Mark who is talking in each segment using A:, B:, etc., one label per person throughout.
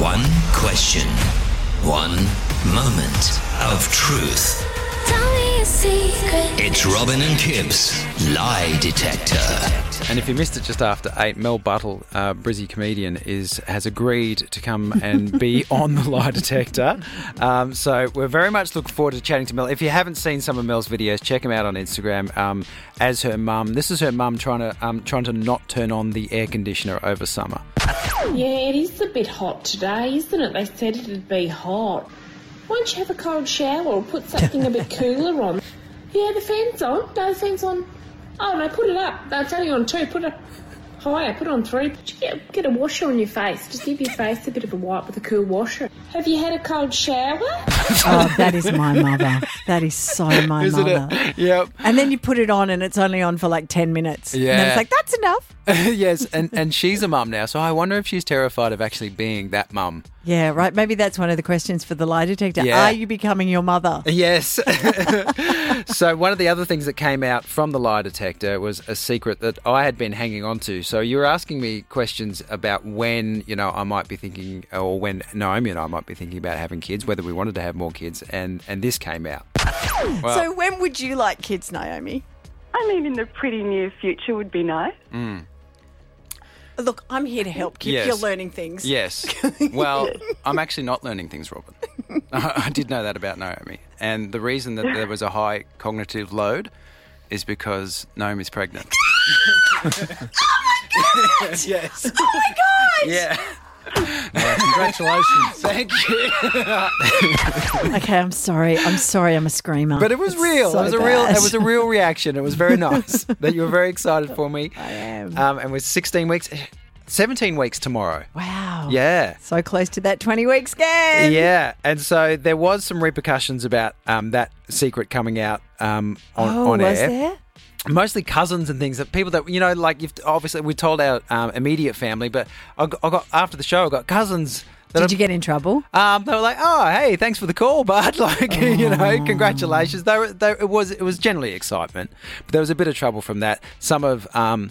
A: One question, one moment of truth.
B: Tell me a secret.
A: It's Robin and Kib's Lie Detector.
C: And if you missed it just after eight, Mel Buttle, uh, Brizzy comedian, is has agreed to come and be on the lie detector. Um, so we're very much looking forward to chatting to Mel. If you haven't seen some of Mel's videos, check them out on Instagram. Um, as her mum, this is her mum trying to um, trying to not turn on the air conditioner over summer.
D: Yeah, it is a bit hot today, isn't it? They said it'd be hot. Why don't you have a cold shower or put something a bit cooler on? Yeah, the fan's on. No, the fan's on. Oh, no, put it up. No, it's only on two. Put it higher. Put it on three. Just Get, get a washer on your face. Just give your face a bit of a wipe with a cool washer. Have you had a cold shower?
E: Oh, that is my mother. That is so my
C: Isn't
E: mother.
C: it? Yep.
E: And then you put it on and it's only on for like 10 minutes. And then
C: Yeah.
E: it's like, that's enough.
C: yes, and, and she's a mum now, so I wonder if she's terrified of actually being that mum.
E: Yeah, right. Maybe that's one of the questions for the lie detector.
C: Yeah. Uh,
E: Are you becoming your mother?
C: Yes. so one of the other things that came out from the lie detector was a secret that I had been hanging on to. So you were asking me questions about when, you know, I might be thinking or when Naomi and I might be thinking about having kids, whether we wanted to have more kids, and and this came out. Well,
E: So when would you like kids, Naomi?
F: I mean, in the pretty near future would be nice.
E: Look, I'm here to help. Keep
C: Yes.
E: You're learning things.
C: Yes. Well, I'm actually not learning things, Robin. I did know that about Naomi. And the reason that there was a high cognitive load is because Naomi's pregnant. oh my god! yes. Oh my god! Yeah. congratulations. Thank you.
E: Okay, I'm sorry. I'm sorry. I'm a screamer.
C: But it was
E: It's
C: real.
E: so
C: it was a real.
E: bad.
C: It was a real reaction. It was very nice that you were very excited for me.
E: I am.
C: Um, and with 16 weeks, 17 weeks tomorrow.
E: Oh. wow.
C: Yeah.
E: So close to that 20 week scan.
C: Yeah, and so there was some repercussions about um, that secret coming out um, on,
E: Oh,
C: on
E: was
C: air.
E: there?
C: Mostly cousins and things that people that you know, like you've obviously we told our um, immediate family, but I got, I got after the show, I got cousins. That
E: Did
C: are-
E: you get in trouble?
C: Um, they were like, "Oh, hey, thanks for the call, bud. Like, you
E: Oh.
C: know, congratulations." They were, they, it was it was generally excitement, but there was a bit of trouble from that. Some of um,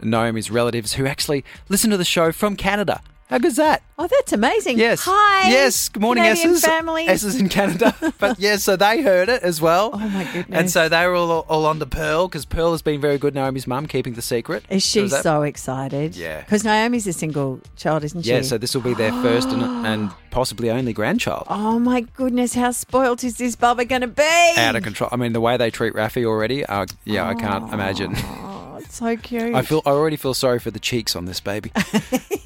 C: Naomi's relatives who actually listened to the show from Canada. How good's that?
E: Oh, that's amazing.
C: Yes.
E: Hi.
C: Yes. Good morning,
E: Canadian
C: S's.
E: family.
C: S's in Canada. But yeah, so they heard it as well. Oh
E: my
C: And
E: goodness.
C: so they were all, all on to Pearl because Pearl has been very good. Naomi's mum keeping the secret.
E: Is she
C: was that-
E: so excited?
C: Yeah.
E: Because Naomi's a single child, isn't she?
C: Yeah. So this will be their first and, and possibly only grandchild.
E: Oh my goodness, how spoilt is this bubba going to be?
C: Out of control. I mean, the way they treat Rafi already. Uh, yeah, I can't imagine.
E: Oh, it's so cute.
C: I feel. I already feel sorry for the cheeks on this baby.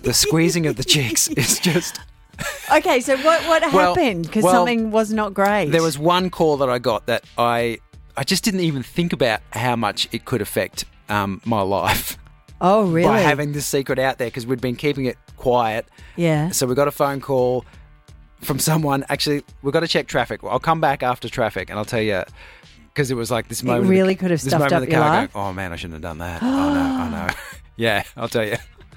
C: the squeezing of the cheeks is just.
E: okay, so what, what
C: Well,
E: happened? Because
C: well,
E: something was not great.
C: There was one call that I got that I I just didn't even think about how much it could affect um, my life.
E: Oh, really?
C: by having this secret out there because we'd been keeping it quiet.
E: yeah.
C: So we got a phone call from someone. Actually, we've got to check traffic. I'll come back after traffic and I'll tell you because it was like this moment. of the-
E: really could have
C: this
E: stuffed
C: moment
E: up
C: of the
E: your
C: car
E: life.
C: Going, oh man, I shouldn't have done that. oh no, I know. yeah, I'll tell you.